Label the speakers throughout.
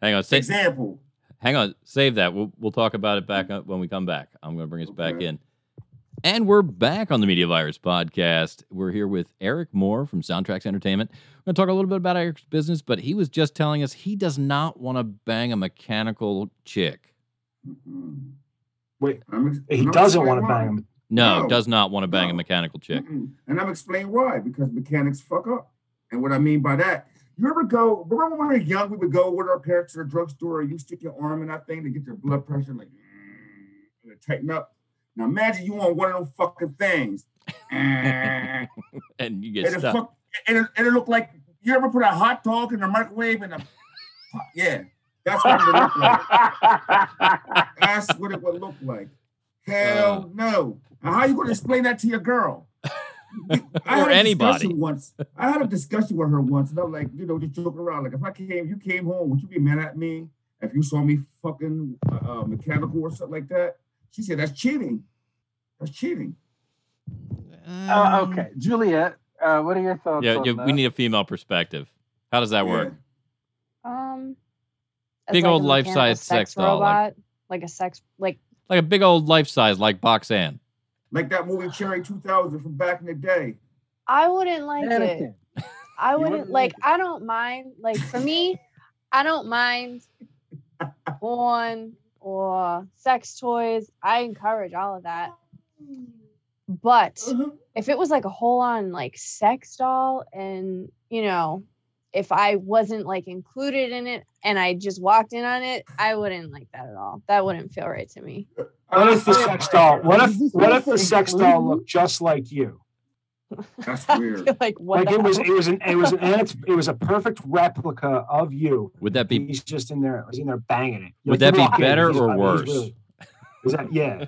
Speaker 1: Hang on. Say,
Speaker 2: Example.
Speaker 1: hang on. Save that. We'll, we'll talk about it back up when we come back. I'm going to bring us back in. And we're back on the Media Virus podcast. We're here with Eric Moore from Soundtracks Entertainment. We're going to talk a little bit about Eric's business, but he was just telling us he does not want to bang a mechanical chick.
Speaker 2: Mm-mm.
Speaker 3: Mm-hmm. Wait,
Speaker 2: I'm ex-
Speaker 3: He
Speaker 2: and I'm
Speaker 3: doesn't want
Speaker 2: explain
Speaker 3: to
Speaker 2: why.
Speaker 3: bang him.
Speaker 1: No,
Speaker 2: No.
Speaker 1: does not want to bang a
Speaker 2: No.
Speaker 1: mechanical chick.
Speaker 2: Mm-mm. And I'm explaining why because mechanics fuck up. And what I mean by that, you ever go, remember when we were young, we would go with our parents to the drugstore and you stick your arm in that thing to get your blood pressure, like, mm, and it tighten up. Now imagine you on one of those fucking things. and
Speaker 1: And you get
Speaker 2: it
Speaker 1: stuck.
Speaker 2: fuck, and it, and it look like, you ever put a hot dog in the microwave and a, yeah, that's what it would look like. That's what it would look like.
Speaker 1: Uh,
Speaker 2: Hell no. Now, how you going to explain that to your girl? I
Speaker 1: Or
Speaker 2: had a
Speaker 1: anybody.
Speaker 2: discussion Once I had a discussion with her once, and I'm like, you know, just joking around. Like, if I came, you came home, would you be mad at me if you saw me fucking uh, uh, mechanical or something like that? She said, that's cheating. That's cheating.
Speaker 3: uh,
Speaker 4: Mm.
Speaker 3: okay, Juliet, uh, what are your thoughts?
Speaker 1: Yeah,
Speaker 3: on
Speaker 1: yeah,
Speaker 3: that?
Speaker 1: we need a female perspective. How does that work?
Speaker 4: Um, as
Speaker 1: Big
Speaker 4: like a
Speaker 1: old life-size
Speaker 4: mechanical
Speaker 1: sex doll, like-
Speaker 4: robot, like a sex, like
Speaker 1: Like a big old life size, like Boxan.
Speaker 2: Like that movie Cherry 2000 from back in the day.
Speaker 4: I wouldn't like it.
Speaker 3: Anakin.
Speaker 4: I
Speaker 3: You
Speaker 4: wouldn't,
Speaker 3: wouldn't
Speaker 4: like,
Speaker 3: like
Speaker 4: I don't mind. Like for me, I don't mind porn or sex toys. I encourage all of that. But
Speaker 2: Uh-huh.
Speaker 4: if it was like a whole on like sex doll and you know, if I wasn't like included in it and I just walked in on it, I wouldn't like that at all. That wouldn't feel right to me.
Speaker 3: What if the sex doll? What if what if the sex doll
Speaker 2: Including?
Speaker 3: looked just like you?
Speaker 2: That's
Speaker 4: I
Speaker 2: weird.
Speaker 4: feel like what
Speaker 3: like
Speaker 4: the
Speaker 3: it was
Speaker 4: hell?
Speaker 3: it was an it was an anat- it was a perfect replica of you.
Speaker 1: Would that be
Speaker 3: He's just in there, he's in there banging it.
Speaker 1: Would
Speaker 3: Like,
Speaker 1: that be
Speaker 3: you walk in,
Speaker 1: better
Speaker 3: he's-
Speaker 1: or
Speaker 3: I mean, he's
Speaker 1: worse?
Speaker 3: really- is that yeah?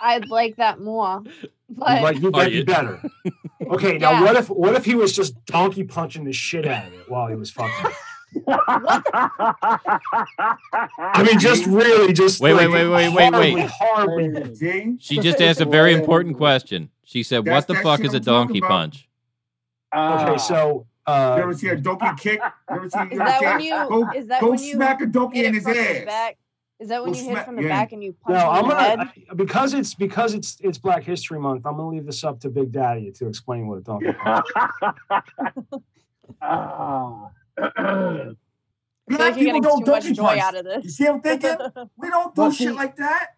Speaker 4: I'd like that more. But
Speaker 3: Like you
Speaker 1: Are
Speaker 3: that'd
Speaker 1: you-
Speaker 3: be better. Okay, now
Speaker 4: Yeah.
Speaker 3: what if what if he was just donkey punching the shit out of it while he was fucking? I mean, just really, just
Speaker 1: Wait, wait,
Speaker 3: like,
Speaker 1: wait, wait, wait, wait.
Speaker 3: horribly, horribly
Speaker 2: See?
Speaker 1: She just asked a very important question. She said,
Speaker 2: That's
Speaker 1: "What the
Speaker 2: that
Speaker 1: fuck
Speaker 2: shit
Speaker 1: is a
Speaker 2: I'm talking
Speaker 1: donkey
Speaker 2: about.
Speaker 1: punch?"
Speaker 5: Uh,
Speaker 3: Okay, so
Speaker 2: You
Speaker 3: uh,
Speaker 2: ever see a donkey kick? You ever see, you
Speaker 4: is
Speaker 2: ever
Speaker 4: that
Speaker 2: see-
Speaker 4: when you
Speaker 2: go,
Speaker 4: is that
Speaker 2: go
Speaker 4: when you
Speaker 2: smack a donkey
Speaker 4: hit
Speaker 2: in
Speaker 4: it
Speaker 2: his
Speaker 4: from the
Speaker 2: ass?
Speaker 4: back? Is that when
Speaker 2: Go
Speaker 4: you hit it
Speaker 2: smack-
Speaker 4: from the
Speaker 2: yeah.
Speaker 4: back and you punch
Speaker 3: no,
Speaker 4: him
Speaker 3: I'm
Speaker 4: in the head?
Speaker 3: gonna I- because it's because it's it's Black History Month. I'm gonna leave this up to Big Daddy to explain what a donkey punch.
Speaker 5: oh.
Speaker 4: I feel
Speaker 2: Black
Speaker 4: like you're
Speaker 2: people
Speaker 4: getting
Speaker 2: don't
Speaker 4: too much
Speaker 2: donkey
Speaker 4: joy
Speaker 2: punch.
Speaker 4: out of this.
Speaker 2: You see what I'm thinking? We don't do
Speaker 5: But
Speaker 2: shit
Speaker 5: see,
Speaker 2: like that.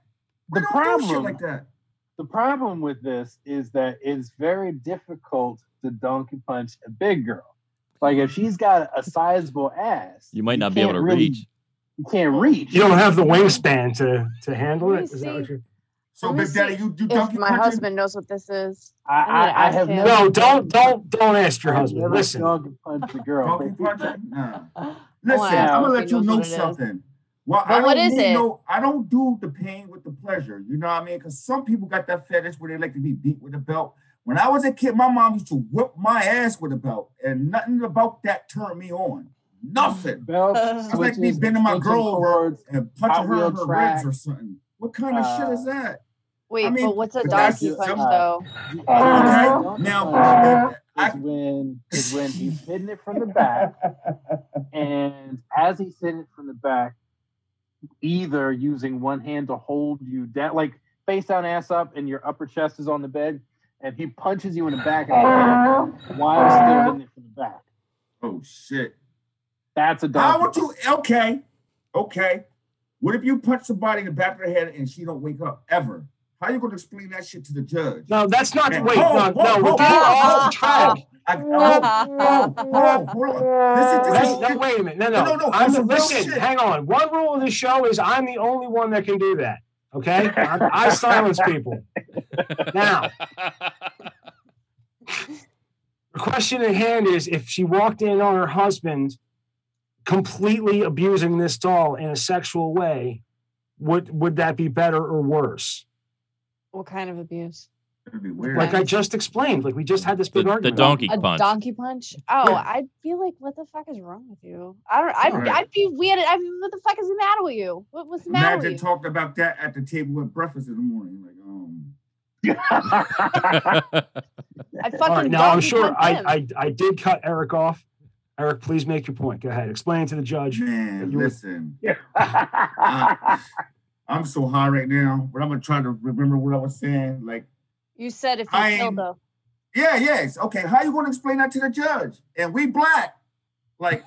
Speaker 2: We
Speaker 5: the
Speaker 2: don't do shit
Speaker 5: problem-
Speaker 2: like that.
Speaker 5: the problem with this is that it's very difficult to donkey punch a big girl. Like if she's got a sizable ass,
Speaker 1: You might not be able
Speaker 5: can't
Speaker 1: to
Speaker 5: really-
Speaker 1: reach.
Speaker 5: You can't reach.
Speaker 3: You don't have the wingspan to to handle it. Is that what you're-
Speaker 2: So,
Speaker 4: Let me
Speaker 2: Big Daddy,
Speaker 4: see
Speaker 2: you do
Speaker 4: If
Speaker 2: donkey
Speaker 4: my
Speaker 2: punching?
Speaker 4: husband knows what this is,
Speaker 5: I,
Speaker 4: I'm gonna
Speaker 5: I, I
Speaker 4: ask
Speaker 5: have
Speaker 4: him.
Speaker 5: never,
Speaker 3: No, don't don't don't ask your
Speaker 5: I've
Speaker 3: husband.
Speaker 5: never
Speaker 3: Listen,
Speaker 5: Donkey punch a girl.
Speaker 2: Donkey
Speaker 5: but-
Speaker 2: punching? Nah.
Speaker 4: wanna
Speaker 2: Listen,
Speaker 4: ask
Speaker 2: I'm
Speaker 4: if
Speaker 2: gonna
Speaker 4: he
Speaker 2: let you
Speaker 4: knows
Speaker 2: know
Speaker 4: what it is.
Speaker 2: something. Well, I
Speaker 4: Oh, But
Speaker 2: don't
Speaker 4: what is
Speaker 2: need
Speaker 4: it?
Speaker 2: No, I don't do the pain with the pleasure. You know what I mean? Because some people got that fetish where they like to be beat with a belt. When I was a kid, my mom used to whip my ass with a belt, and nothing about that turned me on. Nothing.
Speaker 5: Belt
Speaker 4: That's
Speaker 2: It's like me
Speaker 5: switches,
Speaker 2: bending my
Speaker 5: punching
Speaker 2: girl over
Speaker 5: cords.
Speaker 2: and punching her in
Speaker 5: Hot
Speaker 2: her ribs
Speaker 5: wheel track.
Speaker 2: or something. What kind of shit is that?
Speaker 4: wait,
Speaker 2: I mean,
Speaker 4: but what's a
Speaker 2: but that's
Speaker 4: donkey
Speaker 2: just-
Speaker 4: punch
Speaker 5: uh,
Speaker 4: though?
Speaker 5: Donkey
Speaker 2: All right.
Speaker 5: punch
Speaker 2: Now,
Speaker 5: is when is when he's hitting it from the back. And as he's hitting it from the back, either using one hand to hold you down, like face down, ass up, and your upper chest is on the bed, and he punches you in the back of the head while still hitting it from the back.
Speaker 2: oh shit.
Speaker 5: That's a
Speaker 2: How would
Speaker 5: donkey.
Speaker 2: you? Okay, okay. What if you punch somebody in the back of the head and she don't wake up ever? How you gonna explain that shit to the judge?
Speaker 3: no, that's not.
Speaker 2: Man,
Speaker 3: Wait,
Speaker 2: whoa, whoa,
Speaker 3: no, no,
Speaker 2: whoa,
Speaker 3: we're getting
Speaker 2: whoa,
Speaker 3: off
Speaker 4: whoa.
Speaker 3: the track.
Speaker 2: I, oh, oh, oh, hold on. This
Speaker 3: That's,
Speaker 2: is, this
Speaker 3: no,
Speaker 2: is,
Speaker 3: wait a minute. No,
Speaker 2: No,
Speaker 3: no,
Speaker 2: no, no,
Speaker 3: I'm
Speaker 2: that's
Speaker 3: the,
Speaker 2: real
Speaker 3: listen,
Speaker 2: shit.
Speaker 3: hang on. One rule of the show is I'm the only one that can do that. Okay, I, I silence people. Now, the question at hand is if she walked in on her husband completely abusing this doll in a sexual way, would would that be better or worse?
Speaker 4: What kind of abuse?
Speaker 2: It'd be weird.
Speaker 3: Like I just explained, like we just had this
Speaker 1: The,
Speaker 3: big
Speaker 1: the
Speaker 3: argument.
Speaker 1: donkey
Speaker 4: A
Speaker 1: punch.
Speaker 4: donkey punch? Oh,
Speaker 2: Yeah.
Speaker 4: I'd be like, what the fuck is wrong with you? I don't. I'd,
Speaker 2: Alright.
Speaker 4: I'd be weird. I'd be, what the fuck is the matter with you? What, what's the matter
Speaker 2: Imagine
Speaker 4: with
Speaker 2: talking about that at the table with breakfast in the morning. Like, um,
Speaker 4: you? I'd
Speaker 3: All right,
Speaker 4: fucking
Speaker 3: now I'm
Speaker 4: donkey
Speaker 3: sure
Speaker 4: punch him.
Speaker 3: I, I I did cut Eric off. Eric, please make your point. Go ahead. Explain to the judge.
Speaker 2: Man,
Speaker 3: You were-
Speaker 2: listen. I, I'm so high right now, but I'm gonna try to remember what I was saying. Like,
Speaker 4: You said if you
Speaker 2: I
Speaker 4: killed
Speaker 2: am-
Speaker 4: though.
Speaker 2: yeah, yes, okay. How you gonna explain that to the judge? And we black, like,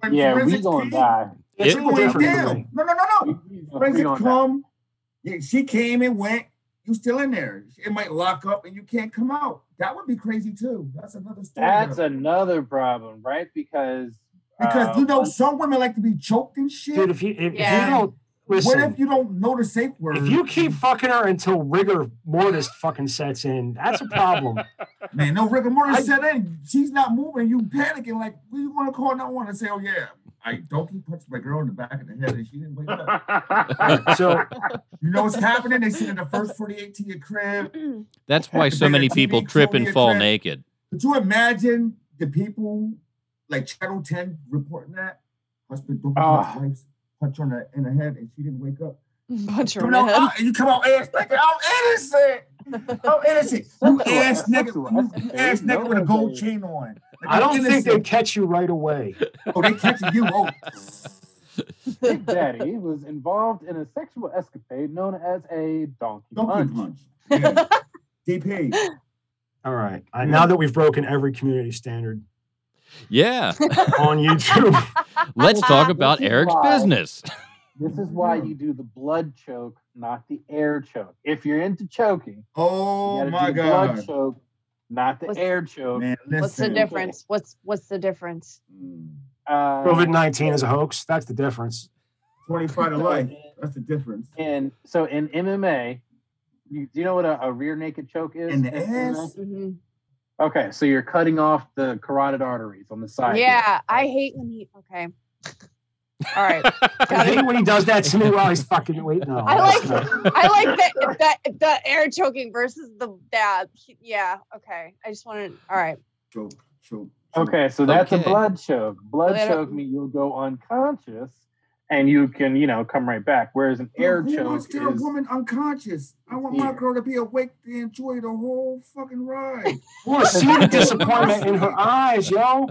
Speaker 2: when
Speaker 5: yeah, we
Speaker 2: forensics
Speaker 5: gonna
Speaker 2: came,
Speaker 5: die.
Speaker 3: It's
Speaker 1: It
Speaker 3: a
Speaker 2: we
Speaker 3: little
Speaker 2: going
Speaker 3: different
Speaker 2: down.
Speaker 3: way.
Speaker 2: No, no, no,
Speaker 5: We,
Speaker 2: no.
Speaker 5: we
Speaker 2: Forensic
Speaker 5: gonna die.
Speaker 2: come. Yeah, she came and went. You still in there? It might lock up and you can't come out. That would be crazy too. That's another story.
Speaker 5: That's
Speaker 2: though.
Speaker 5: another problem, right? Because
Speaker 2: because you
Speaker 5: uh,
Speaker 2: know some women like to be choked and shit.
Speaker 3: Dude, if you if, if
Speaker 4: Yeah.
Speaker 3: you don't listen,
Speaker 2: what if you don't know the safe word?
Speaker 3: if you keep fucking her until rigor mortis fucking sets in, that's a problem.
Speaker 2: Man, no rigor mortis
Speaker 3: I-
Speaker 2: set in. She's not moving. You panicking like we want to call that one and say, "Oh yeah, I donkey punched my girl in the back of the head and she didn't wake up."
Speaker 3: So
Speaker 2: You know what's happening? They sit in the first 48 to your crib.
Speaker 1: That's why so many
Speaker 2: Teenage
Speaker 1: people trip and
Speaker 2: Soviet
Speaker 1: fall
Speaker 2: trip.
Speaker 1: naked.
Speaker 2: Could you imagine the people like Channel 10 reporting that husband donkey punched
Speaker 5: Ah.
Speaker 2: wife's punch on the in the head and she didn't wake up?
Speaker 4: Bunch of
Speaker 2: Come on,
Speaker 4: redheads.
Speaker 2: out, and you come out ass naked. I'm innocent. I'm innocent. You
Speaker 5: Sexual-
Speaker 2: ass nigga,
Speaker 5: sexual
Speaker 2: you
Speaker 5: escapade,
Speaker 2: ass nigga with a
Speaker 5: no
Speaker 2: gold
Speaker 5: one's a-
Speaker 2: chain on. Like,
Speaker 3: I
Speaker 2: I'm
Speaker 3: don't think they
Speaker 2: innocent.
Speaker 3: catch you right away.
Speaker 2: Oh, they catching you. Oh,
Speaker 5: Big Daddy was involved in a sexual escapade known as a donkey
Speaker 2: donkey
Speaker 5: punch.
Speaker 2: punch. Yeah. DP.
Speaker 3: All right. I, now that we've broken every community standard
Speaker 1: Yeah.
Speaker 3: on YouTube,
Speaker 1: Let's talk
Speaker 5: This
Speaker 1: about
Speaker 5: is
Speaker 1: Eric's
Speaker 5: why-
Speaker 1: business.
Speaker 5: This is why
Speaker 2: Yeah.
Speaker 5: you do the blood choke, not the air choke. If you're into choking,
Speaker 2: Oh
Speaker 5: you gotta
Speaker 2: my
Speaker 5: do the
Speaker 2: god.
Speaker 5: blood choke, not the
Speaker 4: What's-
Speaker 5: air choke.
Speaker 2: Man, listen.
Speaker 4: What's the difference? What's what's the difference?
Speaker 2: Mm.
Speaker 5: Uh,
Speaker 3: COVID 19 is a hoax. That's the difference.
Speaker 2: 25 to
Speaker 5: so
Speaker 2: life.
Speaker 5: in-
Speaker 2: That's the difference.
Speaker 5: And so in MMA, you, do you know what a, a rear naked choke is?
Speaker 2: In the
Speaker 5: MMA?
Speaker 2: ass?
Speaker 4: Mhm.
Speaker 5: Okay, so you're cutting off the carotid arteries on the side. here.
Speaker 4: Yeah, I hate when he. Okay. All right.
Speaker 3: I hate when he does that to me while he's fucking wait. No,
Speaker 4: I
Speaker 3: that's
Speaker 4: like-
Speaker 3: not-
Speaker 4: I like that that the air choking versus the that. Yeah. Okay. I just wanted. All right.
Speaker 2: Choke, choke. choke.
Speaker 5: Okay, so that's
Speaker 1: Okay.
Speaker 5: a blood choke. Blood
Speaker 4: Well,
Speaker 5: choke means you'll go unconscious and you can, you know, come right back. Whereas an air
Speaker 2: Who
Speaker 5: choke
Speaker 2: wants
Speaker 5: is
Speaker 2: to a woman unconscious? I want my
Speaker 5: Yeah.
Speaker 2: girl to be awake to enjoy the whole fucking ride.
Speaker 3: Well, see the disappointment in her eyes, yo.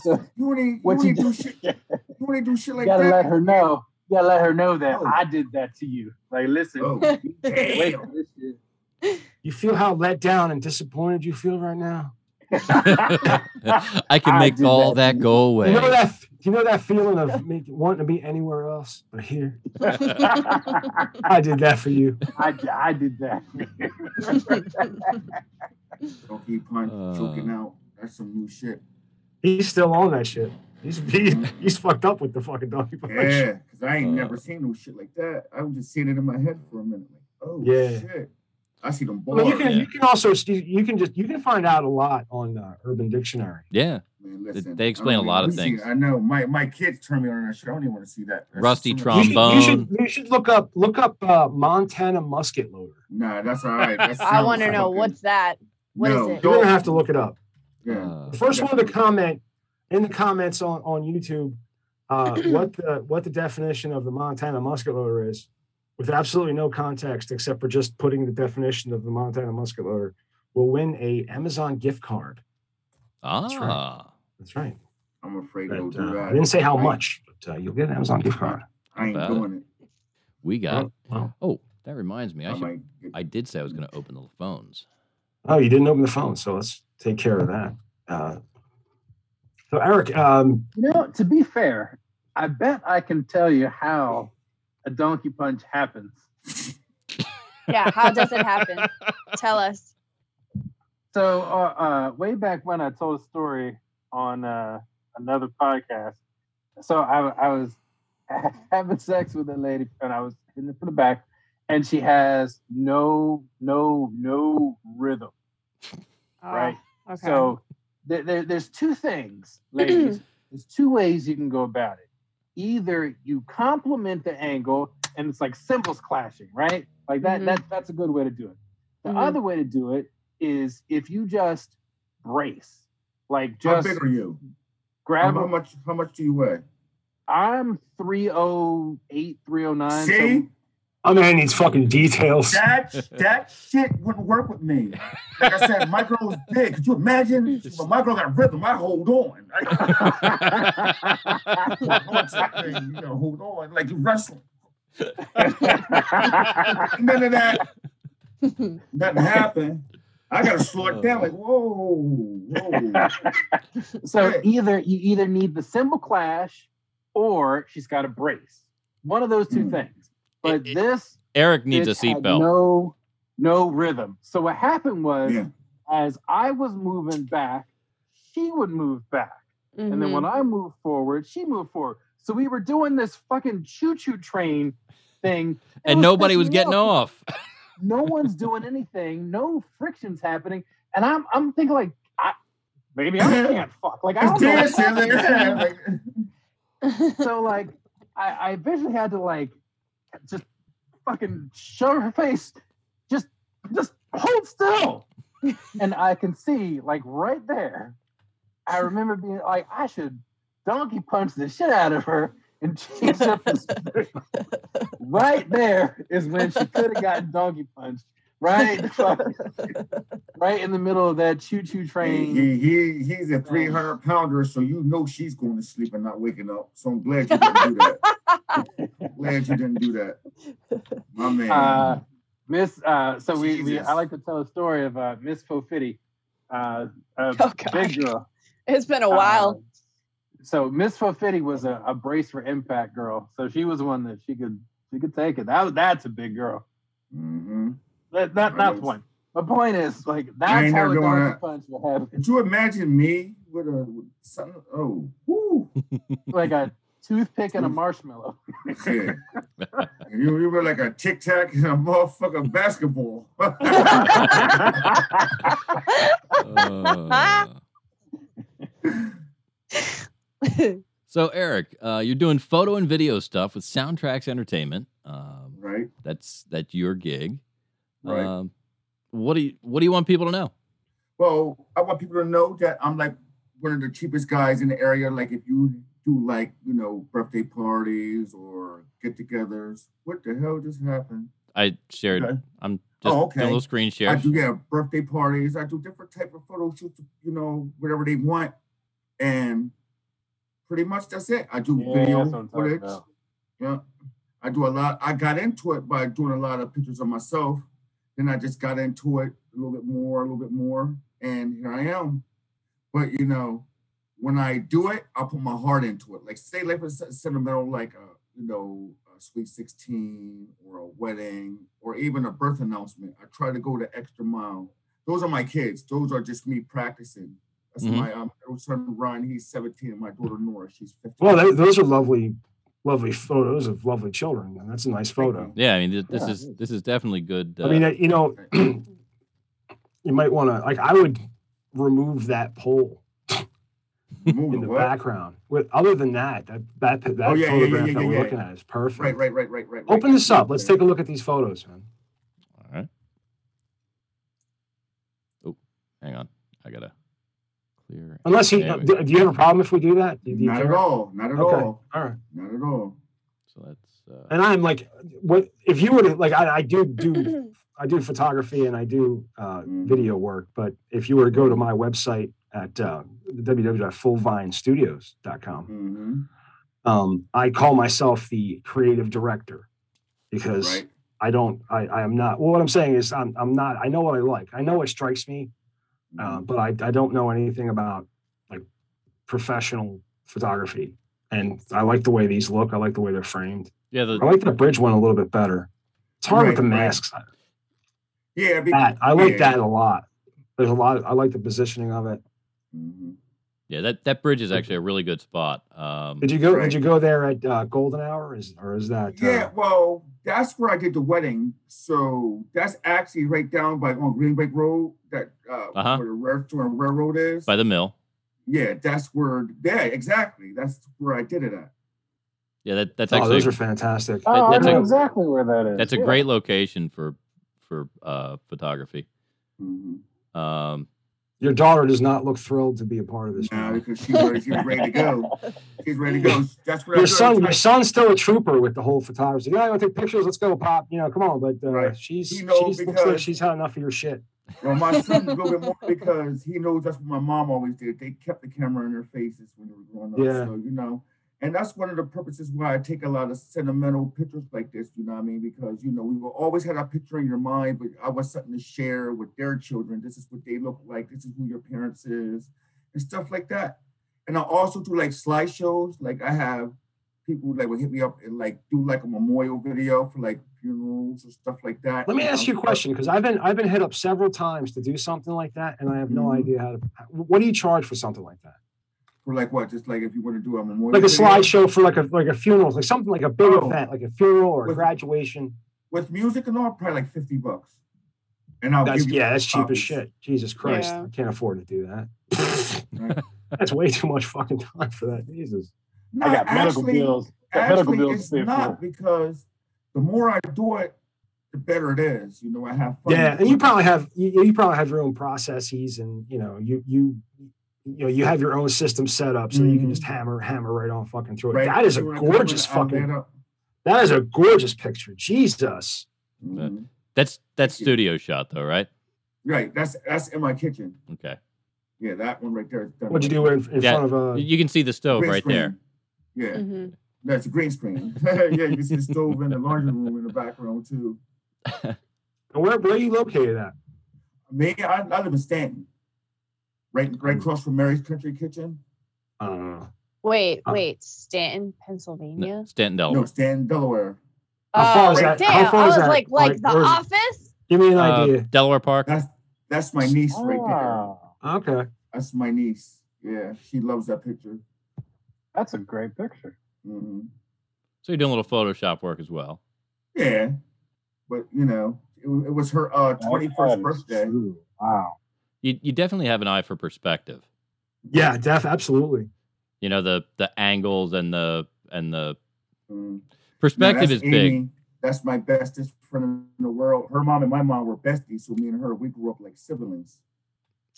Speaker 5: so
Speaker 2: You ain't,
Speaker 5: What
Speaker 2: you ain't
Speaker 5: you-
Speaker 2: do shit. You ain't do shit
Speaker 5: you
Speaker 2: like
Speaker 5: gotta
Speaker 2: that.
Speaker 5: let her know. You gotta let her know that
Speaker 2: Oh.
Speaker 5: I did that to you. Like, listen,
Speaker 2: Oh,
Speaker 5: wait
Speaker 2: damn.
Speaker 5: on this shit.
Speaker 3: You feel how let down and disappointed you feel right now.
Speaker 1: I can
Speaker 5: I
Speaker 1: make
Speaker 5: did
Speaker 1: all
Speaker 5: that.
Speaker 1: that go away.
Speaker 3: You know that you know that feeling of make, wanting to be anywhere else but here.
Speaker 5: I,
Speaker 3: I did that for you.
Speaker 5: I did that.
Speaker 2: Donkey punch,
Speaker 1: Uh.
Speaker 2: choking out. That's some new shit.
Speaker 3: He's still on that shit. He's he's, he's fucked up with the fucking donkey punch.
Speaker 2: Yeah, because I ain't
Speaker 1: Uh.
Speaker 2: never seen no shit like that. I was just seeing it in my head for a minute. Like, oh
Speaker 3: Yeah.
Speaker 2: shit. I see them
Speaker 3: I
Speaker 2: bars.
Speaker 3: mean, you can
Speaker 1: Yeah.
Speaker 3: you can also you, you can just you can find out a lot on uh, Urban Dictionary.
Speaker 1: yeah.
Speaker 2: Man, listen,
Speaker 1: they
Speaker 2: I
Speaker 1: explain a
Speaker 2: don't even
Speaker 1: lot of
Speaker 2: wanna see
Speaker 1: things.
Speaker 2: it. I know. My my kids turn me on that shit. I don't even want to see that. That's
Speaker 1: Rusty
Speaker 2: too much-
Speaker 1: Trombone.
Speaker 3: You should, you should you should look up look up uh, Montana musket loader.
Speaker 2: Nah, that's all right. That
Speaker 4: I
Speaker 2: sounds
Speaker 4: want to know
Speaker 2: fucking-
Speaker 4: what's that. what is
Speaker 2: no,
Speaker 4: it?
Speaker 3: You're
Speaker 2: Don't
Speaker 3: gonna have to look it up.
Speaker 2: Yeah.
Speaker 1: Uh,
Speaker 3: The first one to comment in the comments on on YouTube uh, what the what the definition of the Montana musket loader is, with absolutely no context except for just putting the definition of the Montana musket loader, will win a Amazon gift card.
Speaker 1: ah.
Speaker 3: That's right.
Speaker 2: I'm afraid
Speaker 3: But,
Speaker 2: they'll do
Speaker 3: uh, I
Speaker 2: that.
Speaker 3: didn't say how
Speaker 2: I-
Speaker 3: much, but uh, you'll get an Amazon gift card.
Speaker 2: I ain't
Speaker 1: About it.
Speaker 2: doing it.
Speaker 1: We got.
Speaker 3: Wow.
Speaker 1: Oh, that reminds me. I
Speaker 2: I
Speaker 1: should.
Speaker 2: might get-
Speaker 1: I did say I was going to open the phones.
Speaker 3: Oh, you didn't open the phone, so let's take care of that. Uh, so Eric, um,
Speaker 5: You know, to be fair, I bet I can tell you how a donkey punch happens.
Speaker 4: Yeah. How does it happen? Tell us.
Speaker 5: So, uh, uh, way back when I told a story on uh, another podcast, so I, I was having sex with a lady and I was in the, from the back, and she has no, no, no rhythm,
Speaker 4: Oh,
Speaker 5: right?
Speaker 4: Okay.
Speaker 5: So there, there, there's two things, ladies. there's two ways you can go about it. Either you complement the angle and it's like symbols clashing, right? Like that,
Speaker 4: Mhm.
Speaker 5: that that's a good way to do it. The
Speaker 4: Mhm.
Speaker 5: other way to do it is if you just brace, like
Speaker 2: How
Speaker 5: just
Speaker 2: big are you? How,
Speaker 5: grab
Speaker 2: how
Speaker 5: them.
Speaker 2: much? How much do you weigh?
Speaker 5: oh I'm 308, 309. so-
Speaker 2: See,
Speaker 3: Oh man needs fucking details.
Speaker 2: That that shit wouldn't work with me. Like I said, my girl was big. Could you imagine? But my girl got rhythm. I hold on. I you know, hold on. Like you wrestling. None of that. Nothing happened. I gotta slow it down. Like whoa, whoa.
Speaker 5: so
Speaker 2: Right.
Speaker 5: either you either need the cymbal clash or she's got a brace. One of those two
Speaker 2: Hmm.
Speaker 5: things. But
Speaker 1: It- it
Speaker 5: this
Speaker 1: Eric needs a
Speaker 5: bitch had
Speaker 1: seatbelt.
Speaker 5: No, no rhythm. So what happened was,
Speaker 2: Yeah.
Speaker 5: as I was moving back, she would move back, and then
Speaker 4: Mhm.
Speaker 5: when
Speaker 1: Mm-hmm.
Speaker 5: I moved forward, she moved forward. So we were doing this fucking choo-choo train thing, It
Speaker 1: and nobody was
Speaker 5: pissing me
Speaker 1: getting
Speaker 5: off.
Speaker 1: off.
Speaker 5: No one's doing anything. No friction's happening, and I'm I'm thinking like, I, maybe I can't fuck. Like I
Speaker 2: It's
Speaker 5: don't know. what's
Speaker 2: dancing. Like,
Speaker 5: happening
Speaker 2: yeah, like,
Speaker 5: so like I, I basically had to like just fucking show her face just just hold still and i can see like right there i remember being like i should donkey punch the shit out of her and change up the spirit. right there is when she could have gotten donkey punched right the fuck- right in the middle of that choo-choo
Speaker 2: he,
Speaker 5: train
Speaker 2: he, he- he's a 300 pounder, so you know she's going to sleep and not waking up. So I'm glad you didn't do that. glad you didn't do that. My man.
Speaker 5: Uh, Miss, uh, so we, we,
Speaker 2: Jesus.
Speaker 5: I like to tell a story of uh, Miss Fofitti, uh, a
Speaker 4: Oh, God.
Speaker 5: big girl.
Speaker 4: It's been a while.
Speaker 5: Uh, so Miss Fofitti was a, a brace for impact girl. So she was one that she could, she could take it. That, that's a big girl.
Speaker 2: hmm
Speaker 5: That, that,
Speaker 2: That
Speaker 5: that's
Speaker 2: is.
Speaker 5: one. My point is, like,
Speaker 2: I
Speaker 5: that's
Speaker 2: ain't
Speaker 5: how
Speaker 2: never
Speaker 5: a
Speaker 2: doing
Speaker 5: donkey
Speaker 2: that.
Speaker 5: punch will happen.
Speaker 2: Could you imagine me with a with something? Oh, woo.
Speaker 5: Like a toothpick and a marshmallow.
Speaker 2: Yeah. you, you were like a tic tac and a motherfucking basketball.
Speaker 1: Uh, so Eric, uh, you're doing photo and video stuff with Soundtracks Entertainment. Um,
Speaker 2: right?
Speaker 1: that's that's your gig.
Speaker 2: Right.
Speaker 1: Um, what do you What do you want people to know?
Speaker 2: Well, I want people to know that I'm like one of the cheapest guys in the area. Like if you do like, you know, birthday parties or get togethers, what the hell just happened?
Speaker 1: I shared.
Speaker 2: Okay.
Speaker 1: I'm just
Speaker 2: Oh,
Speaker 1: doing a
Speaker 2: okay.
Speaker 1: little screen
Speaker 2: I
Speaker 1: share.
Speaker 2: do yeah, birthday parties, I do different type of photo shoots, you know, whatever they want. And pretty much that's it. I do
Speaker 5: Yeah, that's what
Speaker 2: video
Speaker 5: I'm talking
Speaker 2: footage.
Speaker 5: about.
Speaker 2: Yeah. I do a lot. I got into it by doing a lot of pictures of myself. Then I just got into it a little bit more, a little bit more, and here I am. But you know, when I do it, I put my heart into it. Like say, like for sen- sentimental, like a you know, a sweet sixteen or a wedding or even a birth announcement. I try to go the extra mile. Those are my kids. Those are just me practicing. That's
Speaker 3: Mm-hmm.
Speaker 1: Mhm.
Speaker 2: my um, son Ryan. He's seventeen, and my daughter Nora. She's fifteen.
Speaker 3: Well, tho- those are lovely, lovely photos of lovely children. And that's a nice
Speaker 2: Thank
Speaker 3: photo.
Speaker 1: Yeah, I mean th- this
Speaker 5: Yeah.
Speaker 1: is this is definitely good. Uh,
Speaker 3: I mean, uh, you know,
Speaker 2: you.
Speaker 3: you might want to like. I would remove that pole
Speaker 2: Move
Speaker 3: in
Speaker 2: the
Speaker 3: the
Speaker 2: what? Oh,
Speaker 3: background. With other than that, that that that
Speaker 2: yeah, yeah, yeah,
Speaker 3: photograph
Speaker 2: yeah,
Speaker 3: that we're
Speaker 2: yeah.
Speaker 3: looking at is perfect.
Speaker 2: Right, right, right, right, right. right.
Speaker 3: Open this up. Let's take a look at these photos, man.
Speaker 1: all right. Oh, hang on. I gotta clear.
Speaker 3: Unless he,
Speaker 1: There we
Speaker 3: do,
Speaker 1: go.
Speaker 3: do you have a problem if we do that? Do you- do you
Speaker 2: Not at
Speaker 3: care?
Speaker 2: all. Not at
Speaker 3: Okay.
Speaker 2: all.
Speaker 3: All right.
Speaker 2: Not at all.
Speaker 1: So that's. Uh,
Speaker 3: And I'm like, what if you were to like? I, I do do
Speaker 4: Mm-hmm.
Speaker 3: I do photography and I do uh,
Speaker 2: Mhm.
Speaker 3: video work, but if you were to go to my website at uh, www.fullvinestudios.com,
Speaker 2: hmm
Speaker 3: um, I call myself the creative director because
Speaker 2: Right.
Speaker 3: I don't, I, I am not. Well, what I'm saying is, I'm, I'm not. I know what I like. I know what strikes me,
Speaker 2: Mm-hmm.
Speaker 3: uh, but I, I don't know anything about like professional photography. And I like the way these look. I like the way they're framed.
Speaker 1: yeah, the,
Speaker 3: I like the bridge one a little bit better. It's hard with the
Speaker 2: Right, right.
Speaker 3: masks.
Speaker 2: yeah, be-
Speaker 3: That I like
Speaker 2: yeah.
Speaker 3: that a lot. There's a lot. I like the positioning of it.
Speaker 2: Mhm.
Speaker 1: yeah that that bridge is actually a really good spot. Um,
Speaker 3: Did you go?
Speaker 2: Right.
Speaker 3: Did you go there at uh, Golden Hour? Is or is that? uh,
Speaker 2: Yeah, well, that's where I did the wedding. So that's actually right down by on Greenbank Road, that uh,
Speaker 1: Uh-huh.
Speaker 2: where the restaurant railroad is.
Speaker 1: by the mill.
Speaker 2: yeah, that's where. Yeah, exactly. That's where I did it at.
Speaker 1: Yeah, that that's
Speaker 3: oh,
Speaker 1: actually
Speaker 3: those are fantastic.
Speaker 5: Oh, I
Speaker 1: that's
Speaker 5: know
Speaker 1: a-
Speaker 5: exactly where that is.
Speaker 1: that's a
Speaker 5: Yeah.
Speaker 1: great location for for uh, photography.
Speaker 2: Mhm.
Speaker 1: Um,
Speaker 3: Your daughter does not look thrilled to be a part of this.
Speaker 2: now
Speaker 3: movie.
Speaker 2: because she was, she was ready to go. She's ready to go. That's what I
Speaker 3: Your
Speaker 2: said.
Speaker 3: son, your son's still a trooper with the whole photography. Yeah, I want to take pictures. Let's go, pop. You know, come on. But uh,
Speaker 2: Right.
Speaker 3: she's
Speaker 2: You know,
Speaker 3: she's looks like
Speaker 2: because-
Speaker 3: she's had enough of your shit.
Speaker 2: Well, my son a little bit more because he knows that's what my mom always did. They kept the camera in their faces when they were growing up.
Speaker 3: Yeah.
Speaker 2: So, you know, and that's one of the purposes why I take a lot of sentimental pictures like this, you know what I mean? Because, you know, we will always had our picture in your mind, but I was something to share with their children. This is what they look like. This is who your parents is and stuff like that. And I also do like slideshows. Like I have people that will hit me up and like do like a memorial video for like funerals and stuff like that.
Speaker 3: Let me
Speaker 2: And
Speaker 3: ask you a
Speaker 2: I'm-
Speaker 3: question because I've been I've been hit up several times to do something like that, and I have no
Speaker 2: Mhm.
Speaker 3: idea how to. What do you charge for something like that?
Speaker 2: For like what? Just like if you want to do a memorial.
Speaker 3: Like a
Speaker 2: video?
Speaker 3: slideshow for like a like a funeral, like something like a big
Speaker 2: Oh.
Speaker 3: event, like a funeral or a
Speaker 2: With-
Speaker 3: graduation.
Speaker 2: With music and all, probably like fifty bucks. And I'll
Speaker 3: That's
Speaker 2: give you
Speaker 3: yeah, that's cheap as
Speaker 2: copies.
Speaker 3: shit. Jesus Christ,
Speaker 4: Yeah.
Speaker 3: I can't afford to do that.
Speaker 2: Right.
Speaker 3: that's way too much fucking time for that. Jesus.
Speaker 2: No,
Speaker 5: I got medical
Speaker 2: actually,
Speaker 5: bills. Got medical
Speaker 2: actually,
Speaker 5: bills
Speaker 2: it's
Speaker 5: to pay
Speaker 2: not
Speaker 5: for.
Speaker 2: because the more I do it, the better it is. You know, I have fun.
Speaker 3: Yeah,
Speaker 2: with
Speaker 3: and you
Speaker 2: it.
Speaker 3: probably have you, you probably have your own processes, and you know you you you know you have your own system set up so you can
Speaker 2: Mhm.
Speaker 3: just hammer hammer right on fucking through it.
Speaker 2: Right?
Speaker 3: That is a
Speaker 2: When I do it,
Speaker 3: gorgeous
Speaker 2: I'll add
Speaker 3: fucking.
Speaker 2: up.
Speaker 3: That is a gorgeous picture. Jesus.
Speaker 2: Mhm.
Speaker 1: That's that's
Speaker 2: Thank you.
Speaker 1: studio shot though, right?
Speaker 2: Right. That's that's in my kitchen.
Speaker 1: Okay.
Speaker 2: Yeah, that one right there. is done
Speaker 3: What'd you
Speaker 2: right.
Speaker 3: do in, in
Speaker 1: Yeah.
Speaker 3: front of uh, a?
Speaker 1: You can see the stove
Speaker 2: Green
Speaker 1: Oh, right there.
Speaker 2: Uh, screen. Yeah,
Speaker 4: Mhm.
Speaker 2: that's a green screen. yeah, you can see the stove in the laundry room in the background too.
Speaker 3: Where where are you located at?
Speaker 2: Me, I, I live in Stanton, right, right across from Mary's Country Kitchen.
Speaker 3: I don't know.
Speaker 4: Wait,
Speaker 3: Uh,
Speaker 4: wait, Stanton,
Speaker 1: No,
Speaker 4: Pennsylvania.
Speaker 1: Stanton,
Speaker 2: No,
Speaker 1: Delaware.
Speaker 2: Stanton, Delaware.
Speaker 3: How far
Speaker 4: Oh,
Speaker 2: is that-
Speaker 4: Damn,
Speaker 3: how far
Speaker 4: I
Speaker 3: is
Speaker 4: was
Speaker 3: that?
Speaker 4: like, like
Speaker 3: Like,
Speaker 4: the
Speaker 3: where is it?
Speaker 4: office.
Speaker 3: Give me an
Speaker 1: Uh,
Speaker 3: idea.
Speaker 1: Delaware Park.
Speaker 2: That's that's my niece right there.
Speaker 5: Ah,
Speaker 3: Okay.
Speaker 2: That's my niece. Yeah, she loves that picture.
Speaker 5: that's a great picture.
Speaker 2: hmm
Speaker 1: So you're doing a little Photoshop work as well.
Speaker 2: Yeah, but you know, it, wa- it was her
Speaker 1: Oh,
Speaker 2: uh, 21st
Speaker 5: That is
Speaker 2: birthday.
Speaker 5: true. Wow.
Speaker 1: You you definitely have an eye for perspective.
Speaker 3: Yeah, def absolutely.
Speaker 1: You know the the angles and the and the
Speaker 2: Mhm. Now,
Speaker 1: perspective
Speaker 2: that's
Speaker 1: is big.
Speaker 2: Amy. That's my bestest friend in the world. Her mom and my mom were besties, so me and her we grew up like siblings.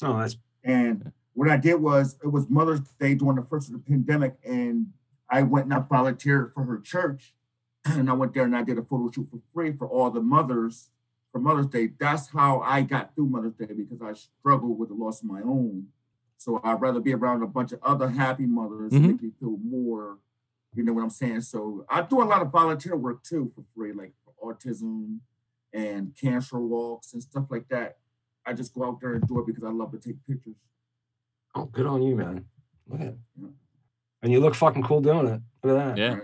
Speaker 3: Oh, that's
Speaker 2: And what I did was it was Mother's Day during the first of the pandemic, and I went and I volunteered for her church. And I went there and I did a photo shoot for free for all the mothers for Mother's Day. That's how I got through Mother's Day because I struggled with the loss of my own. So I'd rather be around a bunch of other happy mothers
Speaker 1: Mhm.
Speaker 2: and make me feel more, you know what I'm saying? So I do a lot of volunteer work too for free, like for autism and cancer walks and stuff like that. I just go out there and do it because I love to take pictures.
Speaker 3: oh, good on you, man. Look at
Speaker 2: Yeah.
Speaker 3: and you look fucking cool doing it. Look at that.
Speaker 1: Yeah.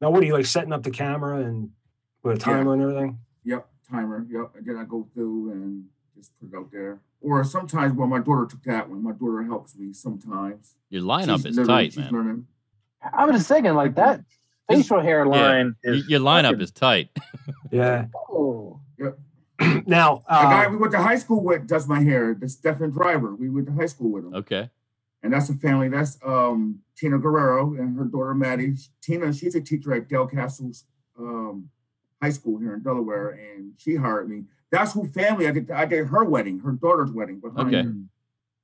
Speaker 3: Now, what are you like setting up the camera and with a
Speaker 2: Yeah.
Speaker 3: timer and everything?
Speaker 2: Yep, timer. Yep. And then I go through and just put it out there. Or sometimes, well, my daughter took that one. My daughter helps me sometimes.
Speaker 1: Your lineup
Speaker 2: She's
Speaker 1: is
Speaker 2: literally-
Speaker 1: tight,
Speaker 2: she's
Speaker 1: man.
Speaker 2: learning.
Speaker 5: I'm just thinking like that facial hair line
Speaker 1: Y-
Speaker 5: is
Speaker 1: Your lineup
Speaker 5: fucking-
Speaker 1: is tight.
Speaker 3: Yeah.
Speaker 5: Oh.
Speaker 3: now,
Speaker 2: The guy
Speaker 3: uh,
Speaker 2: we went to high school with does my hair. The Stefan Driver. We went to high school with him.
Speaker 1: Okay.
Speaker 2: And that's a family. That's um, Tina Guerrero and her daughter Maddie. Tina, she's a teacher at Del Castle's um, high school here in Delaware, and she hired me. That's who family I did. I did her wedding, her daughter's wedding. Behind
Speaker 1: Okay.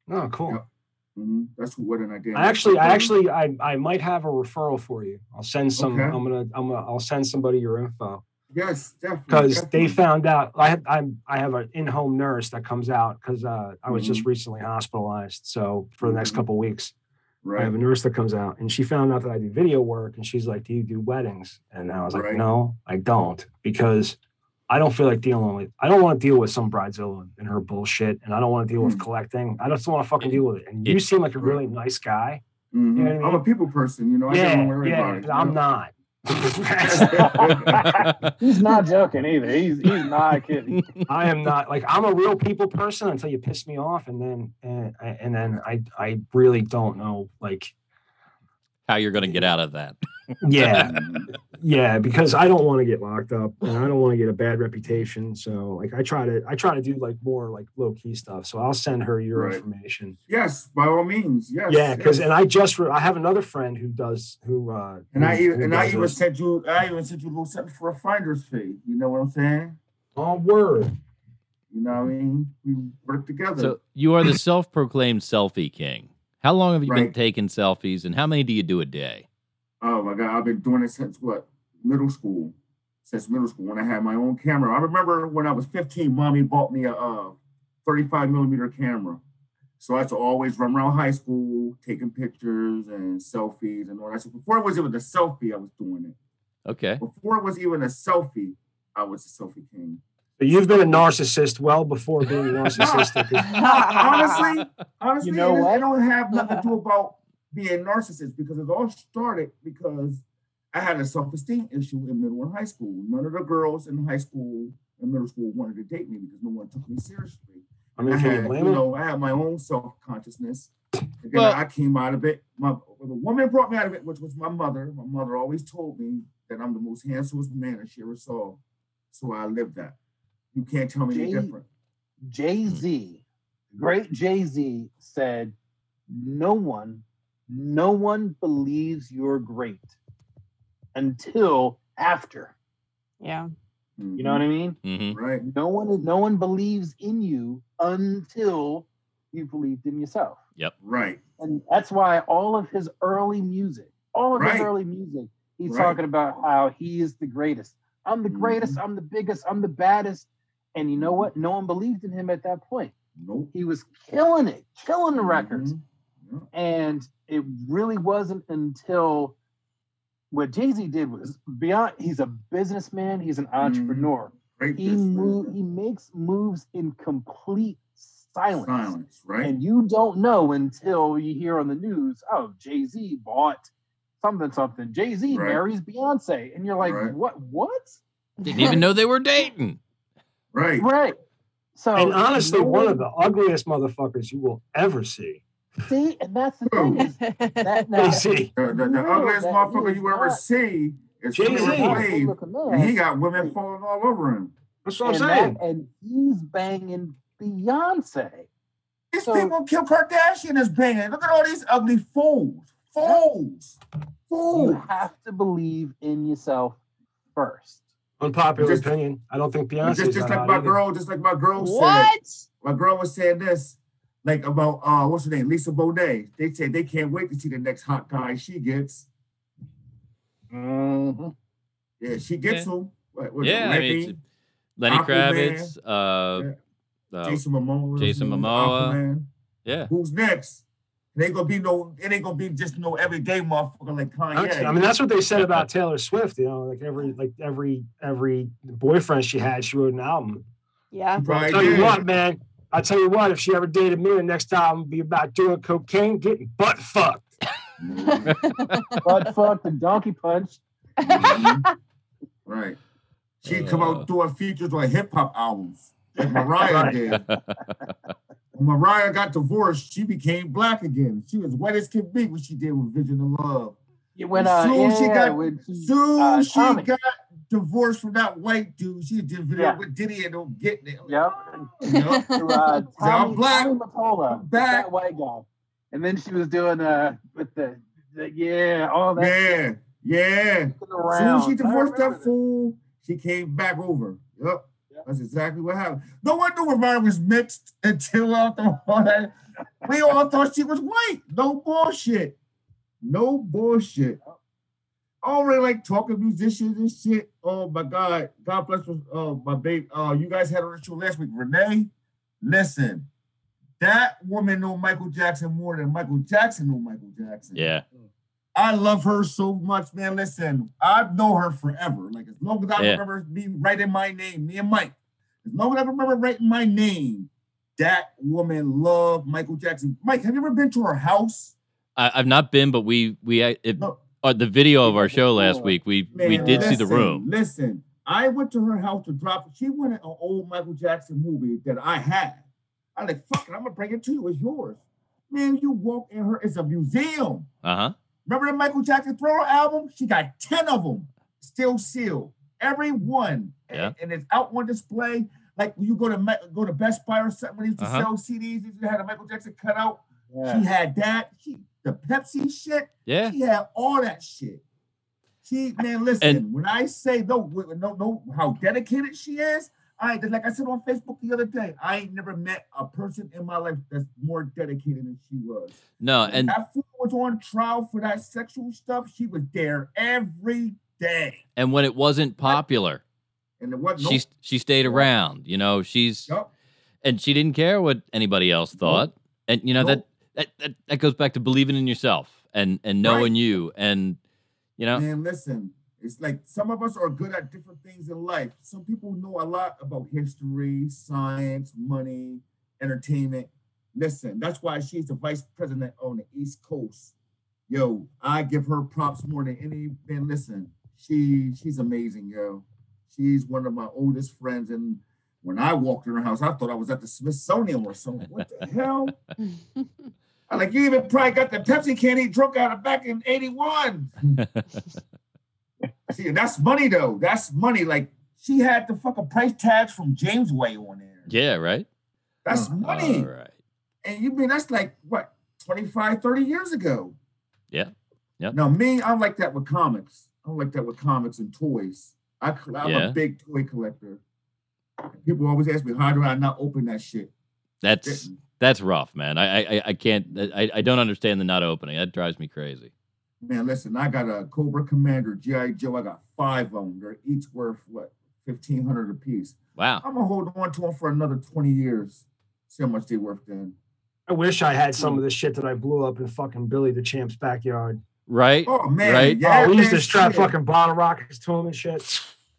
Speaker 2: Her.
Speaker 3: oh, cool.
Speaker 2: Yeah. Mhm. That's who wedding I did.
Speaker 3: I actually, I
Speaker 2: Mhm.
Speaker 3: actually, I, I might have a referral for you. I'll send some.
Speaker 2: Okay.
Speaker 3: I'm gonna, I'm gonna, I'll send somebody your info
Speaker 2: Yes, definitely.
Speaker 3: because they
Speaker 2: definitely.
Speaker 3: found out. I have, I'm, I have an in-home nurse that comes out because uh, I was just
Speaker 2: Mhm.
Speaker 3: recently hospitalized. So for the next
Speaker 2: Mhm.
Speaker 3: couple weeks, I have
Speaker 2: right.
Speaker 3: a nurse that comes out, and she found out that I do video work, and she's like, "Do you do weddings?" And I was like,
Speaker 2: Right.
Speaker 3: "No, I don't," because I don't feel like dealing with. I don't want to deal with some bridezilla and her bullshit, and I don't want to deal with
Speaker 2: Mm.
Speaker 3: collecting. I just want to fucking
Speaker 1: It-
Speaker 3: deal with it. And you
Speaker 1: it-
Speaker 3: seem like a
Speaker 2: Right.
Speaker 3: really nice guy.
Speaker 2: Mhm.
Speaker 3: know what I mean?
Speaker 2: I'm a people person, you know. I
Speaker 3: yeah,
Speaker 2: don't worry
Speaker 3: yeah,
Speaker 2: about it.
Speaker 3: I'm
Speaker 2: you know?
Speaker 3: not.
Speaker 5: He's not joking either. He's he's not kidding.
Speaker 3: I am not like I'm a real people person until you piss me off, and then and, and then I I really don't know like
Speaker 1: How you're going to get out of that?
Speaker 3: yeah
Speaker 2: Mhm.
Speaker 3: yeah because I don't want to get locked up and I don't want to get a bad reputation. So like I try to I try to do like more like low key stuff. So I'll send her your
Speaker 2: Right.
Speaker 3: information.
Speaker 2: Yes, by all means. Yes.
Speaker 3: Yeah, because
Speaker 2: yes.
Speaker 3: and I just re- I have another friend who does who uh
Speaker 2: and I
Speaker 3: who-
Speaker 2: even
Speaker 3: who
Speaker 2: and I
Speaker 3: does
Speaker 2: even
Speaker 3: this.
Speaker 2: sent you I even sent you a little something for a finder's fee. You know what I'm saying?
Speaker 3: oh word
Speaker 2: You know what I mean? We work together.
Speaker 1: So you are the self-proclaimed selfie king. How long have you been
Speaker 2: Right.
Speaker 1: taking selfies, and how many do you do a day?
Speaker 2: Oh my God, I've been doing it since what? Middle school. Since middle school when I had my own camera. I remember when I was 15, mommy bought me a uh, 35 millimeter camera. So I used to always run around high school taking pictures and selfies and all that. So before it was even a selfie, I was doing it.
Speaker 1: Okay,
Speaker 2: Before it was even a selfie, I was a selfie king.
Speaker 3: But you've been a narcissist well before being narcissistic.
Speaker 2: honestly, honestly,
Speaker 5: You know
Speaker 2: it, is-
Speaker 5: what?
Speaker 2: it don't have nothing to do about being narcissist because it all started because I had a self-esteem issue in middle and high school. None of the girls in high school and middle school wanted to date me because no one took me seriously.
Speaker 3: I mean,
Speaker 2: I
Speaker 3: can you
Speaker 2: had, you
Speaker 3: blame him?
Speaker 2: know, I had my own self-consciousness. And then
Speaker 1: Well-
Speaker 2: I came out of it. My the woman brought me out of it, which was my mother. My mother always told me that I'm the most handsomest man that she ever saw. So I lived that. You can't tell me any
Speaker 5: Jay-
Speaker 2: different.
Speaker 5: Jay Z, great Jay Z said, No one, no one believes you're great until after.
Speaker 4: yeah.
Speaker 5: You know what I mean?
Speaker 1: hmm
Speaker 2: Mm-hmm. Right.
Speaker 5: No one no one believes in you until you believed in yourself.
Speaker 2: Right.
Speaker 5: And that's why all of his early music, all of his
Speaker 2: Right.
Speaker 5: early music, he's
Speaker 2: Right.
Speaker 5: talking about how he is the greatest. I'm the
Speaker 2: Mhm.
Speaker 5: greatest, I'm the biggest, I'm the baddest. And you know what? No one believed in him at that point.
Speaker 2: Nope.
Speaker 5: He was killing it, killing the records.
Speaker 2: Mhm. Yeah.
Speaker 5: And it really wasn't until what Jay Z did was beyond, he's a businessman, he's
Speaker 2: Mm-hmm.
Speaker 5: an entrepreneur.
Speaker 2: Great
Speaker 5: He,
Speaker 2: business.
Speaker 5: move, he makes moves in complete silence.
Speaker 2: silence, right?
Speaker 5: And you don't know until you hear on the news, oh, Jay Z bought something, something. Jay Z
Speaker 2: Right.
Speaker 5: marries Beyonce. And you're like,
Speaker 2: Right.
Speaker 5: what? What?
Speaker 1: Didn't even know they were dating.
Speaker 2: right.
Speaker 5: Right. So,
Speaker 3: And honestly,
Speaker 5: no
Speaker 3: one of
Speaker 5: one-
Speaker 3: the ugliest motherfuckers you will ever see.
Speaker 5: See, and that's the thing
Speaker 2: Oh.
Speaker 5: is that now.
Speaker 3: Jay-Z.
Speaker 2: The, the, the
Speaker 5: No,
Speaker 2: ugliest
Speaker 5: that
Speaker 2: motherfucker
Speaker 5: is
Speaker 2: you ever
Speaker 5: not-
Speaker 2: see is
Speaker 3: Jay-Z.
Speaker 2: Fleetwood
Speaker 5: Not a
Speaker 2: Wave,
Speaker 5: good-looking man.
Speaker 2: and he got women falling all over him.
Speaker 3: That's what I'm
Speaker 5: and,
Speaker 3: saying.
Speaker 5: that- and he's banging Beyonce.
Speaker 2: These
Speaker 5: So-
Speaker 2: people, Kim Kardashian is banging. Look at all these ugly fools, fools,
Speaker 5: You
Speaker 2: fools.
Speaker 5: have to believe in yourself first.
Speaker 3: Unpopular
Speaker 2: Just-
Speaker 3: opinion. I don't think
Speaker 2: But
Speaker 3: Beyonce's
Speaker 2: Just,
Speaker 3: that
Speaker 2: just
Speaker 3: hot
Speaker 2: like my
Speaker 3: either.
Speaker 2: girl, just like my girl said.
Speaker 4: what?
Speaker 2: My girl was saying this, like about uh, what's her name, Lisa Bonet. They said they can't wait to see the next hot guy she gets. Mm-hmm.
Speaker 5: Mhm.
Speaker 2: Yeah, she gets him. What, was it,
Speaker 1: Yeah, I mean,
Speaker 2: Lenny?
Speaker 1: it's Lenny
Speaker 2: Aquaman.
Speaker 1: Kravitz. Uh, uh,
Speaker 2: Jason Momoa.
Speaker 1: Jason
Speaker 2: who's
Speaker 1: Momoa.
Speaker 2: Aquaman.
Speaker 1: yeah,
Speaker 2: Who's next? It ain't gonna be no. It ain't gonna be just no everyday motherfucker like
Speaker 3: That's-
Speaker 2: Kanye.
Speaker 3: I mean, that's what they said about Taylor Swift. You know, like every like every every boyfriend she had, she wrote an album.
Speaker 4: Yeah.
Speaker 3: I
Speaker 2: Right
Speaker 3: tell you
Speaker 2: there.
Speaker 3: what, man. I tell you what, if she ever dated me, the next time would be about doing cocaine, getting butt fucked.
Speaker 5: Butt fuck the donkey punch.
Speaker 2: Mhm. right. She'd come
Speaker 1: Uh.
Speaker 2: out doing features on hip hop albums, like Mariah
Speaker 3: Right.
Speaker 2: did. When Mariah got divorced, she became black again. She was wet as could be when she did with Vision of Love.
Speaker 5: When
Speaker 2: As
Speaker 5: uh,
Speaker 2: soon as she
Speaker 5: yeah,
Speaker 2: got-
Speaker 5: when she-
Speaker 2: Soon
Speaker 5: Uh,
Speaker 2: she
Speaker 5: Tommy.
Speaker 2: got divorced from that white dude. She did video
Speaker 5: Yeah.
Speaker 2: with Diddy and don't get it.
Speaker 5: Yep.
Speaker 2: Yup.
Speaker 5: To, uh,
Speaker 2: I'm
Speaker 5: Tommy,
Speaker 2: black.
Speaker 5: Tommy Mottola,
Speaker 2: I'm back.
Speaker 5: that white guy. And then she was doing uh with the, the yeah, all that
Speaker 2: Yeah, yeah.
Speaker 5: fucking
Speaker 2: Soon
Speaker 5: around.
Speaker 2: as she
Speaker 5: I
Speaker 2: divorced
Speaker 5: remember
Speaker 2: that fool, she came back over. Yep.
Speaker 5: Yep.
Speaker 2: That's exactly what happened. No one knew Mariah was mixed until after all that. We all thought she was white. No bullshit. No bullshit. Already like talking musicians and shit. Oh my God. God bless us, uh, my babe. Uh, you guys had a ritual last week. Renee, listen. That woman know Michael Jackson more than Michael Jackson knew Michael Jackson.
Speaker 1: yeah.
Speaker 2: I love her so much, man. Listen, I've known her forever. Like as long as I
Speaker 1: Yeah.
Speaker 2: remember me writing my name, me and Mike. As long as I remember writing my name, that woman loved Michael Jackson. Mike, have you ever been to her house?
Speaker 1: I, I've not been, but we we I- it,
Speaker 2: No,
Speaker 1: uh, the video of our show
Speaker 5: Yeah.
Speaker 1: last week. We
Speaker 2: man.
Speaker 1: we did see the
Speaker 2: listen,
Speaker 1: room.
Speaker 2: Listen, I went to her house to drop. She wanted an old Michael Jackson movie that I had. I like, fuck it, I'm gonna bring it to you. It's yours, man. You walk in her. It's a museum.
Speaker 1: Uh huh.
Speaker 2: Remember the Michael Jackson Thriller album? She got 10 of them still sealed. Every one. And-
Speaker 1: Yeah.
Speaker 2: And, it's out on display. Like when you go to Mi- go to Best Buy or something, when they used to
Speaker 1: Uh-huh.
Speaker 2: sell CDs, they had a Michael Jackson cutout.
Speaker 5: that.
Speaker 2: She had that. She the Pepsi shit.
Speaker 1: Yeah.
Speaker 2: She had all that shit. She man, listen. when I say no, no, no, how dedicated she is, I just like I said on Facebook the other day, I ain't never met a person in my life that's more dedicated than she was.
Speaker 1: No, and
Speaker 2: that fool was on trial for that sexual stuff. She was there every day,
Speaker 1: and when it wasn't popular,
Speaker 2: and it wasn't.
Speaker 1: she she stayed around. You know, she's
Speaker 2: no, yup,
Speaker 1: and she didn't care what anybody else thought. And you know that,
Speaker 2: Nope.
Speaker 1: that that that goes back to believing in yourself and and knowing
Speaker 2: Right.
Speaker 1: you and you know
Speaker 2: man. Listen, it's like some of us are good at different things in life. Some people know a lot about history, science, money, entertainment. Listen, that's why she's the vice president on the East Coast. Yo, I give her props more than any man. Listen, she she's amazing, yo. She's one of my oldest friends, and when I walked in her house, I thought I was at the Smithsonian or something. What the hell? I'm like, you even probably got the Pepsi can he drunk out of back in 81. Mm. See, that's money though. That's money. Like she had the fucking price tags from James Way on there.
Speaker 1: yeah, right?
Speaker 2: That's money.
Speaker 1: All right.
Speaker 2: And you mean that's like what 25, 30 years ago.
Speaker 1: Yeah. Yep.
Speaker 2: Now me, I'm like that with comics. I'm like that with comics and toys. I, cl- I'm
Speaker 1: Yeah.
Speaker 2: a big toy collector. People always ask me, how do I not open that shit?
Speaker 1: That's that's rough, man. I I- I, I can't I, I don't understand the not opening. That drives me crazy.
Speaker 2: Man, listen, I got a Cobra Commander, G.I. Joe. I got five of them. They're each worth what, 1500 a piece.
Speaker 1: Wow.
Speaker 2: I'm gonna hold on to them for another 20 years. See how much they worth then.
Speaker 3: I wish I had some of this shit that I blew up in fucking Billy the Champ's backyard.
Speaker 1: Right?
Speaker 2: Oh man,
Speaker 1: Right?
Speaker 3: Yeah, we used
Speaker 2: man,
Speaker 3: to strap
Speaker 2: shit.
Speaker 3: fucking bottle rockets to him and shit.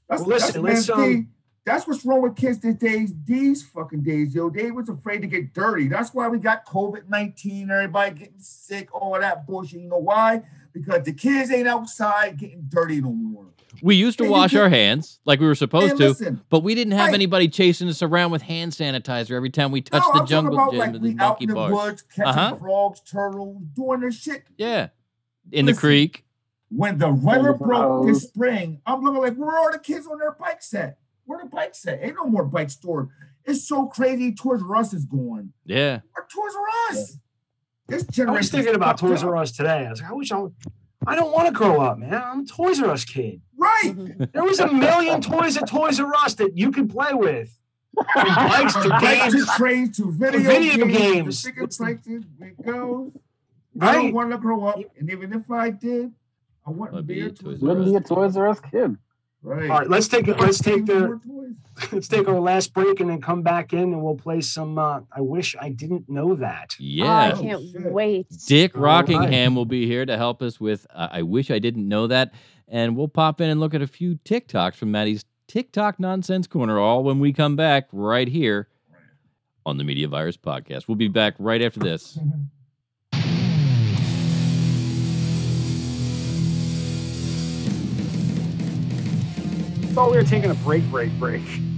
Speaker 2: That's,
Speaker 3: Well, listen,
Speaker 2: that's,
Speaker 3: let's,
Speaker 2: man, see,
Speaker 3: um,
Speaker 2: that's what's wrong with kids these days. These fucking days, yo, they was afraid to get dirty. That's why we got COVID nineteen. Everybody getting sick, all that bullshit. You know why? Because the kids ain't outside getting dirty no more.
Speaker 1: We used to
Speaker 2: Yeah, you
Speaker 1: wash our
Speaker 2: did.
Speaker 1: hands like we were supposed
Speaker 2: And
Speaker 1: to,
Speaker 2: listen,
Speaker 1: but we didn't have
Speaker 2: Right.
Speaker 1: anybody chasing us around with hand sanitizer every time we touched
Speaker 2: no,
Speaker 1: the
Speaker 2: I'm
Speaker 1: jungle
Speaker 2: talking
Speaker 1: gym
Speaker 2: about
Speaker 1: or
Speaker 2: like
Speaker 1: the
Speaker 2: we out
Speaker 1: monkey
Speaker 2: in the
Speaker 1: bars.
Speaker 2: woods catching
Speaker 1: Uh-huh.
Speaker 2: frogs, turtles, doing this shit.
Speaker 1: Yeah. In the
Speaker 2: Listen.
Speaker 1: creek.
Speaker 2: When the weather
Speaker 5: the
Speaker 2: broke this
Speaker 5: hose.
Speaker 2: spring, I'm looking like, where are the kids on their bikes at? Where the bikes at? Ain't no more bike store. It's so crazy. Toys R Us is going.
Speaker 1: Yeah.
Speaker 2: Or Toys R Us. This
Speaker 3: I
Speaker 2: generation.
Speaker 3: was thinking about Toys R Us today. I was like, I wish I would. I don't want to grow up, man. I'm a Toys R Us kid.
Speaker 2: Right.
Speaker 3: There was a million toys at Toys R Us that you could play with. From bikes to
Speaker 2: Bikes
Speaker 3: games,
Speaker 2: to trains to video,
Speaker 3: video games.
Speaker 2: To ticket prices, we go. I don't
Speaker 3: right?
Speaker 2: want to grow up, and even if I did, I wouldn't
Speaker 1: I'd
Speaker 2: be,
Speaker 1: be
Speaker 2: a
Speaker 1: a
Speaker 2: Toys
Speaker 1: Toys
Speaker 2: R
Speaker 5: Wouldn't
Speaker 2: Us.
Speaker 5: be a Toys R Us kid.
Speaker 2: Right.
Speaker 3: All right, let's take let's take the
Speaker 2: More toys.
Speaker 3: let's take our last break and then come back in and we'll play some. Uh, I wish I didn't know that.
Speaker 1: Yeah.
Speaker 4: Oh, I can't
Speaker 2: shit.
Speaker 4: wait.
Speaker 1: Dick
Speaker 3: All
Speaker 1: Rockingham will be here to help us with uh, I Wish I Didn't Know That. And we'll pop in and look at a few TikToks from Maddie's TikTok Nonsense Corner, all when we come back right here on the Media Virus Podcast. We'll be back right after this.
Speaker 3: I thought we were taking a break, break, break.